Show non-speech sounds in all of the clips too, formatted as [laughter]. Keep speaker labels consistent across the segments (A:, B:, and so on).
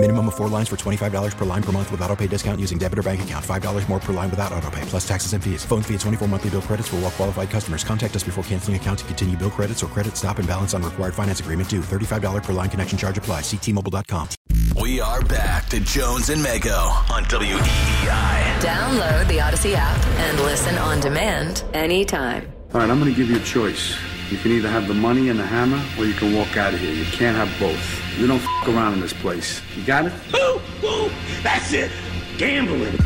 A: Minimum of four lines for $25 per line per month with auto pay discount using debit or bank account. $5 more per line without auto pay, plus taxes and fees. Phone fee at 24 monthly bill credits for all well qualified customers. Contact us before canceling account to continue bill credits or credit stop and balance on required finance agreement due. $35 per line connection charge apply. Ctmobile.com.
B: We are back to Jones and Mego on E WEEI.
C: Download the Odyssey app and listen on demand anytime.
D: All right, I'm going to give you a choice. You can either have the money and the hammer, or you can walk out of here. You can't have both. You don't f- around in this place. You got it?
E: Woo! Woo! [gasps] That's it! Gambling!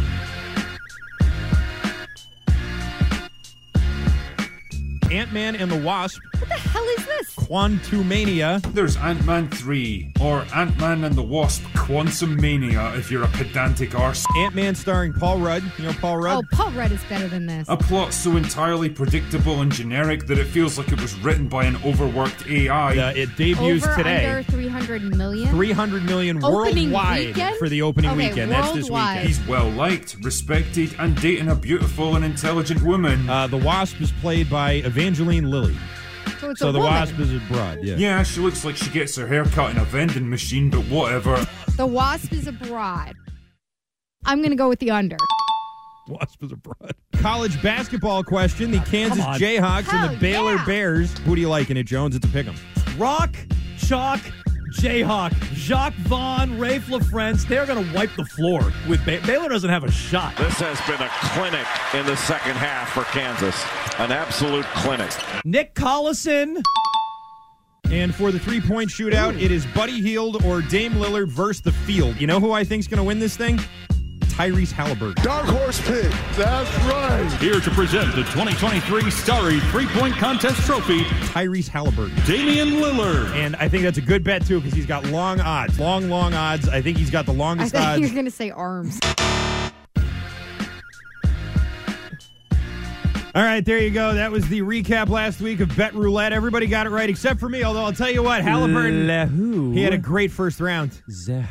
F: Ant Man and the Wasp,
G: What the hell is this?
F: Quantumania.
H: There's Ant Man 3 or Ant Man and the Wasp Quantum Mania if you're a pedantic arse.
F: Ant Man starring Paul Rudd. You know Paul Rudd?
G: Oh, Paul Rudd is better than this.
H: A plot so entirely predictable and generic that it feels like it was written by an overworked AI.
F: Uh, it debuts
G: Over
F: today.
G: under 300 million.
F: 300 million
G: Opening
F: worldwide
G: weekend?
F: for the opening
G: Okay,
F: weekend. That's this
G: worldwide.
F: weekend.
H: He's well liked, respected, and dating a beautiful and intelligent woman.
F: Uh, the Wasp is played by Evangeline Lilly.
G: so it's
F: so
G: a
F: the
G: woman.
F: Wasp is abroad. Yeah.
H: yeah, she looks like she gets her hair cut in a vending machine, but whatever.
G: the wasp is abroad. I'm going to go with the under.
F: Wasp is abroad. College basketball question: The Kansas
I: on.
F: Jayhawks and
G: Hell
F: the Baylor
G: yeah.
F: Bears. Who do you like in it, Jones? It's a pick 'em.
I: Rock, Chalk, Jayhawk, Jacques Vaughn, Rafe LaFrance, they're going to wipe the floor with Bay- Baylor doesn't have a shot.
J: This has been a clinic in the second half for Kansas. An absolute clinic.
I: Nick Collison,
F: And for the three-point shootout, it is Buddy Heald or Dame Lillard versus the field. You know who I think's going to win this thing? Tyrese Halliburton.
D: Dark horse pick. That's right.
K: Here to present the 2023 Starry Three Point Contest Trophy,
F: Tyrese Halliburton.
K: Damian Lillard.
F: And I think that's a good bet too because he's got long odds, long long odds. I think he's got the
G: I
F: longest
G: think
F: odds.
G: you're going to say arms.
F: All right, there you go. That was the recap last week of Bet Roulette. Everybody got it right except for me. Although I'll tell you what, Halliburton,
I: Lehu.
F: he had a great first round.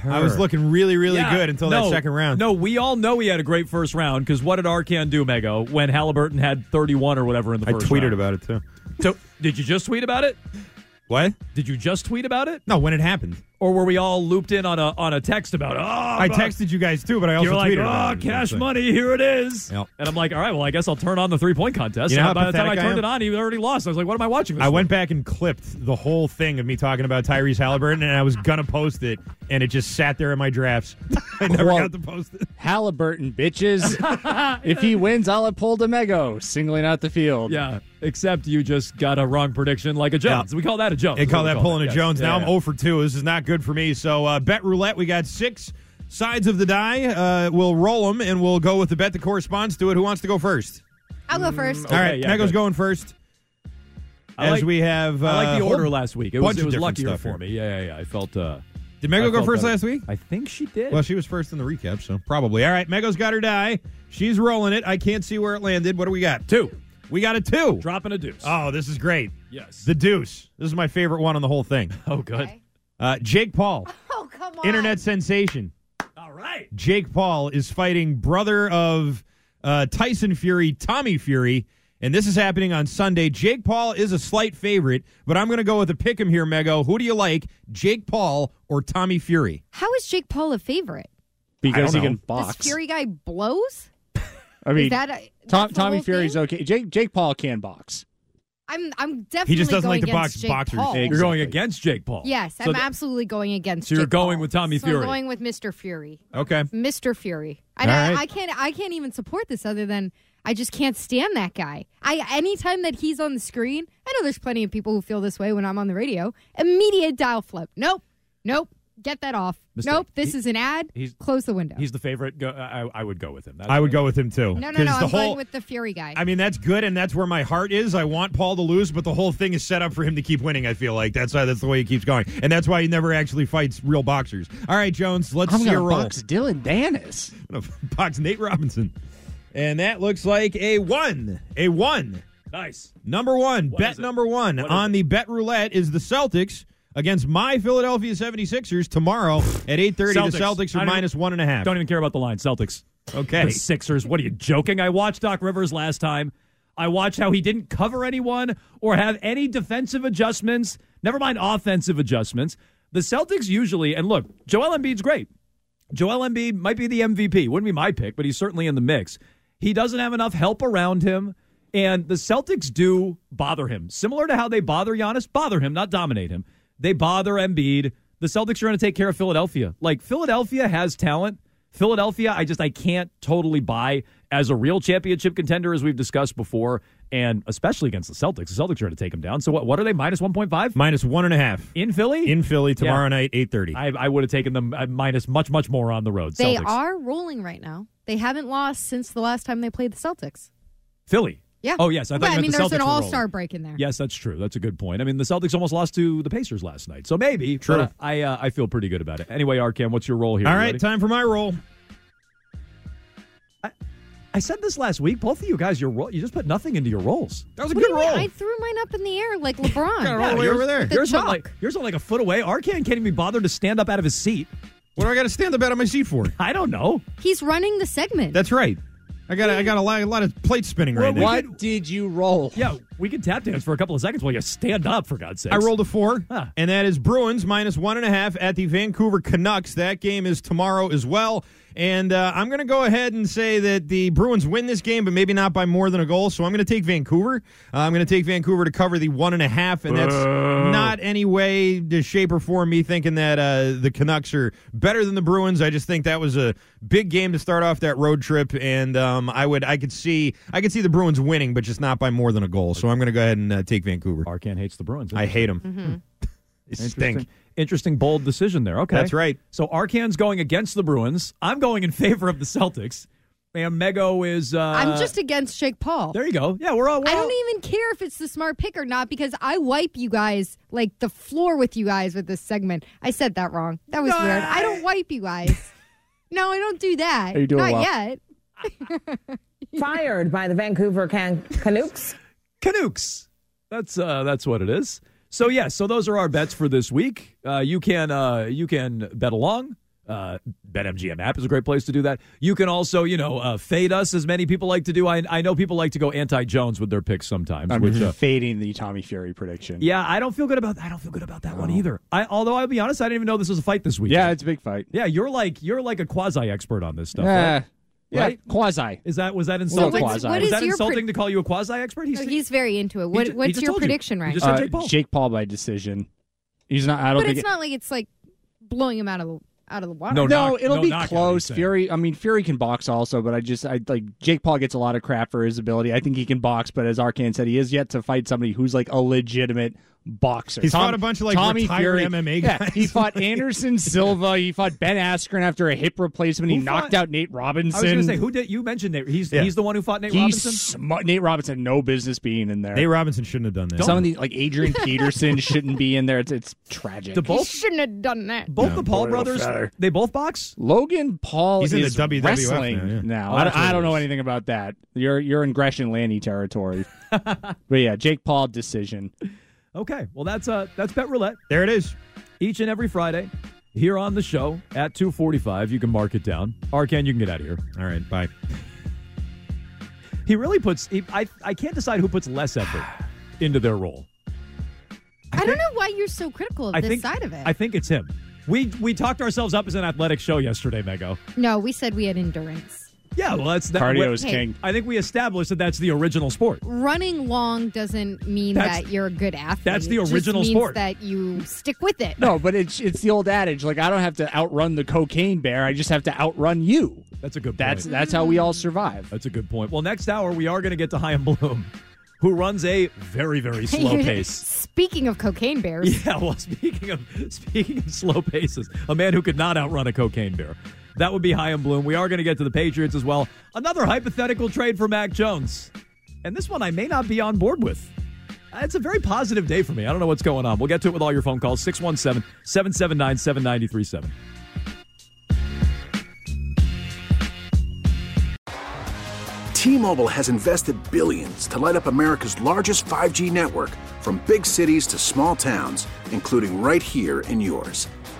F: I was looking really really
I: Yeah,
F: good until
I: no,
F: that second round.
I: No, we all know he had a great first round because what did Arcan do, Mego, when Halliburton had 31 or whatever in the
F: I
I: first
F: tweeted
I: round?
F: about it too.
I: So, did you just tweet about it?
F: What?
I: Did you just tweet about it?
F: No, when it happened,
I: Or were we all looped in on a on a text about it? Oh,
F: I texted you guys too, but I also
I: You're like,
F: tweeted. about
A: "Ah,
I: oh,
F: it.
I: cash
F: So-
I: money, here it is.
F: Yep.
I: And I'm like, all right, well, I guess I'll turn on the three point contest.
F: You know
I: And
F: how
I: by the time I
F: pathetic I
I: turned
F: am?
I: it on, he already lost. I was like, what am I watching? This
F: I
I: for?
F: went back and clipped the whole thing of me talking about Tyrese Halliburton, and I was gonna post it, and it just sat there in my drafts. [laughs] I never
L: Well-
F: got to post it.
L: Halliburton, bitches.
I: [laughs]
L: if he wins, I'll uphold Omego, singling out the field.
I: Yeah, except you just got a wrong prediction, like a Jones.
F: Yeah.
I: We call that a Jones.
F: They
I: That's what
F: call
I: we
F: that pulling
I: yes.
F: a Jones.
I: Yeah,
F: now
I: yeah.
F: I'm 0 for 2. This is not good for me. So, uh, bet roulette, we got six sides of the die. Uh, we'll roll them and we'll go with the bet that corresponds to it. Who wants to go first?
G: I'll go first.
F: All right,
I: Mm, yeah,
F: Mego's
I: good.
F: going first.
I: I
F: As
I: like-
F: we have. Uh,
I: I like the order
F: whole-
I: last week. It was,
F: bunch
I: it
F: of
I: was
F: different
I: luckier
F: stuff
I: for
F: here.
I: me. Yeah, yeah, yeah. I felt. Uh,
F: Did
I: I
F: Mego go
I: felt
F: first
I: better.
F: last week?
I: I think she did.
F: Well, she was first in the recap, so probably. All right, Mego's got her die. She's rolling it. I can't see where it landed. What do we got?
I: Two.
F: We got a two.
I: Dropping a deuce.
F: Oh, this is great.
I: yes.
F: The deuce. This is my favorite one on the whole thing.
I: [laughs] oh, good.
G: Okay.
F: Uh, Jake Paul,
G: Oh, come on.
F: internet sensation.
I: All right.
F: Jake Paul is fighting brother of uh, Tyson Fury, Tommy Fury, and this is happening on Sunday. Jake Paul is a slight favorite, but I'm going to go with a pick 'em here, Mego. Who do you like, Jake Paul or Tommy Fury?
G: How is Jake Paul a favorite?
L: Because he
F: know.
L: can box.
G: This Fury guy blows?
L: [laughs] I mean,
G: Is that a,
L: Tom,
G: that's the
L: Tommy
G: whole
L: Fury's
G: thing?
L: okay. Jake, Jake Paul can box.
G: I'm I'm definitely
F: doesn't
G: going
F: like to box
G: against Jake
F: boxers.
G: Paul.
L: Exactly.
I: You're going against Jake Paul.
G: Yes,
I: So
G: I'm
I: th-
G: absolutely going against.
I: So you're
G: Jake
I: going
G: Paul.
I: with Tommy
G: So
I: Fury.
G: I'm going with Mr. Fury.
F: Okay.
G: Mr. Fury. And
F: All
G: I,
F: right.
G: I can't I can't even support this other than I just can't stand that guy. I anytime that he's on the screen, I know there's plenty of people who feel this way when I'm on the radio. Immediate dial flip. Nope. Nope. Get that off.
I: Mistake.
G: Nope. This
I: He-
G: is an ad.
I: he's-
G: Close the window.
I: He's the favorite. Go, I, I would go with him. That's
F: I would go with him too.
G: no, no,
F: 'Cause
G: no.
F: The
G: I'm
F: whole,
G: going with the Fury guy.
F: I mean, that's good, and that's where my heart is. I want Paul to lose, but the whole thing is set up for him to keep winning. I feel like that's how, that's the way he keeps going, and that's why he never actually fights real boxers. All right, Jones, let's
L: I'm
F: see
L: going
F: your
L: to
F: roll.
L: box Dylan Danis.
F: [laughs] I'm gonna box Nate Robinson, and that looks like a one, a one.
I: nice.
F: Number one,
I: What
F: bet
I: is it?
F: number one
I: What is
F: on
I: it?
F: the bet roulette is the Celtics
M: against my Philadelphia 76ers tomorrow at 8.30. The Celtics
F: I
M: are
F: don't-
M: minus one and a half.
F: Don't even care about the line. Celtics.
M: Okay.
F: The Sixers. What are you joking? I watched Doc Rivers last time. I watched how he didn't cover anyone or have any defensive adjustments, never mind offensive adjustments. The Celtics usually, and look, Joel Embiid's great. Joel Embiid might be the MVP. Wouldn't be my pick, but he's certainly in the mix. He doesn't have enough help around him, and the Celtics do bother him. Similar to how they bother Giannis, bother him, not dominate him. They bother Embiid. The Celtics are going to take care of Philadelphia. Like Philadelphia has talent. Philadelphia, I just I can't totally buy as a real championship contender as we've discussed before, and especially against the Celtics. The Celtics are going to take them down. So what? What are they minus one point five?
M: Minus one and a half
F: in Philly.
M: in Philly tomorrow
F: Yeah.
M: night, 8.30.
F: I, I would have taken them uh, minus much much more on the road.
G: They
F: Celtics.
G: are rolling right now. They haven't lost since the last time they played the Celtics.
F: Philly.
G: Yeah.
F: Oh yes, I thought
G: But,
F: you
G: I
F: meant
G: mean,
F: the
G: there's
F: Celtics
G: an
F: were
G: all star
F: rolling.
G: break in there.
F: Yes, that's true. That's a good point. I mean, the Celtics almost lost to the Pacers last night, so maybe.
M: True.
F: but I uh, I feel pretty good about it. Anyway, Arkham, what's your role here?
M: All
F: You
M: right,
F: ready?
M: time for my roll.
F: I said this last week. Both of you guys, your role, you just put nothing into your roles. That was
G: What do you mean? I threw mine up in the air like LeBron. With the
F: Yours went
G: chalk.
F: like yours went like a foot away. Arcan can't even bother to stand up out of his seat.
M: What do I got to stand up out of my seat for?
F: [laughs] I don't know.
G: He's running the segment.
M: That's right. I got I got a lot, a lot of plates spinning right now.
F: what did you roll? Yeah, we can tap dance for a couple of seconds while you stand up. For God's sake,
M: I rolled a four, and that is Bruins minus one and a half at the Vancouver Canucks. That game is tomorrow as well. And uh, I'm going to go ahead and say that the Bruins win this game, but maybe not by more than a goal. So I'm going to take Vancouver. Uh, I'm going to take Vancouver to cover the one and a half, and that's
N: Boo.
M: not any way, to shape, or form me thinking that uh, the Canucks are better than the Bruins. I just think that was a big game to start off that road trip, and um, I would, I could see, I could see the Bruins winning, but just not by more than a goal. So I'm going to go ahead and uh, take Vancouver.
F: Arcan hates the Bruins.
M: I hate them. [laughs] They
F: Interesting,
M: stink.
F: interesting, bold decision there. Okay,
M: That's right.
F: So Arcan's going against the Bruins. I'm going in favor of the Celtics. And Mego is. Uh,
G: I'm just against Jake Paul.
F: There you go. Yeah, we're all. We're
G: I
F: all-
G: don't even care if it's the smart pick or not because I wipe you guys like the floor with you guys with this segment. I said that wrong. That was
F: No,
G: weird.
F: I-
G: I don't wipe you guys. no, I don't do that.
O: Are you doing
G: not
O: well?
G: yet.
O: Fired by the Vancouver Can- Canucks.
F: Canucks. That's uh, that's what it is. So yeah, so those are our bets for this week. Uh, you can uh, you can bet along. Uh, BetMGM app is a great place to do that. You can also you know uh, fade us as many people like to do. I I know people like to go anti Jones with their picks sometimes.
P: I'm
F: which, uh,
P: fading the Tommy Fury prediction.
F: yeah, I don't feel good about I don't feel good about that one either. I although I'll be honest, I didn't even know this was a fight this week.
P: Oh. Yeah, it's a big fight.
F: Yeah, you're like you're like a quasi expert on this stuff.
P: Yeah.
F: right?
P: Yeah,
F: Right?
P: quasi.
F: Is that was that
P: Little
F: insulting?
P: quasi. What
F: was
P: is
F: that
G: your
F: insulting
G: pre-
F: to call you a quasi expert?
G: No, he's very into it. What,
F: ju- he
G: what's
F: just
G: your
F: told you.
G: prediction,
F: You
G: Ryan?
F: just said
P: Uh,
F: Jake Paul.
P: by decision. He's not. I don't
G: but
P: think it-
G: it's not like it's like blowing him out of the out of the water.
P: No, it'll be close. Fury, I mean, Fury can box also, but I just, I like Jake Paul gets a lot of crap for his ability. I think he can box, but as Arcan said, he is yet to fight somebody who's like a legitimate boxer.
M: He's fought a bunch of, like,
P: Tommy
M: retired
P: Fury.
M: MMA
P: Yeah,
M: guys.
P: he fought Anderson Silva. He fought Ben Askren after a hip replacement. He
F: Who
P: knocked
F: fought-
P: out Nate
F: I
P: Robinson.
F: was going to say who did you mentioned Nate? He's
P: Yeah.
F: he's the one who fought Nate
P: He
F: Robinson.
P: smu- Nate Robinson had no business being in there.
M: Nate Robinson shouldn't have done that.
P: Some of these, like
F: [laughs]
P: Adrian Peterson, shouldn't be in there. It's it's tragic.
F: The
G: He
F: both
G: shouldn't have done that.
F: both the Paul brothers they both box.
P: Logan Paul
F: He's in the
P: is
F: WWF
P: wrestling
F: now,
P: now.
F: yeah. Oh,
P: I,
F: that's what
P: I
F: it
P: don't know
F: is.
P: anything about that. You're you're in Gresham Lanny
F: [laughs]
P: territory. but yeah, Jake Paul decision.
F: Okay, well that's uh that's bet roulette.
M: There it is.
F: Each and every Friday here on the show at two forty five. You can mark it down. Arcan, you can get out of here.
M: All right, bye.
F: He really puts. He, I I can't decide who puts less effort into their role.
G: I don't know why you're so critical of
F: I
G: this
F: think
G: side of it.
F: I think it's him. We we talked ourselves up as an athletic show yesterday, Mego.
G: no, we said we had endurance.
F: Yeah, well that's that,
P: Cardio is
G: Hey. king.
F: I think we established that that's the original sport.
G: Running long doesn't mean
F: That's-
G: that you're a good athlete.
F: that's the
G: It just
F: original
G: means
F: sport.
G: That you stick with it.
P: No, but it's it's the old adage. Like I don't have to outrun the cocaine bear. I just have to outrun you.
F: That's a good. Point.
P: That's that's how we all survive.
F: That's a good point. Well, next hour we are going to get to High and Bloom, who runs a very
G: [laughs]
F: very slow pace.
G: Speaking of cocaine bears,
F: [laughs] Yeah. Well, speaking of speaking of slow paces, a man who could not outrun a cocaine bear. That would be High and Bloom. We are going to get to the Patriots as well. Another hypothetical trade for Mac Jones, and this one I may not be on board with. Uh, It's a very positive day for me. I don't know what's going on. We'll get to it with all your phone calls 617 779 7937.
Q: T-Mobile has invested billions to light up America's largest 5G network from big cities to small towns, including right here in yours.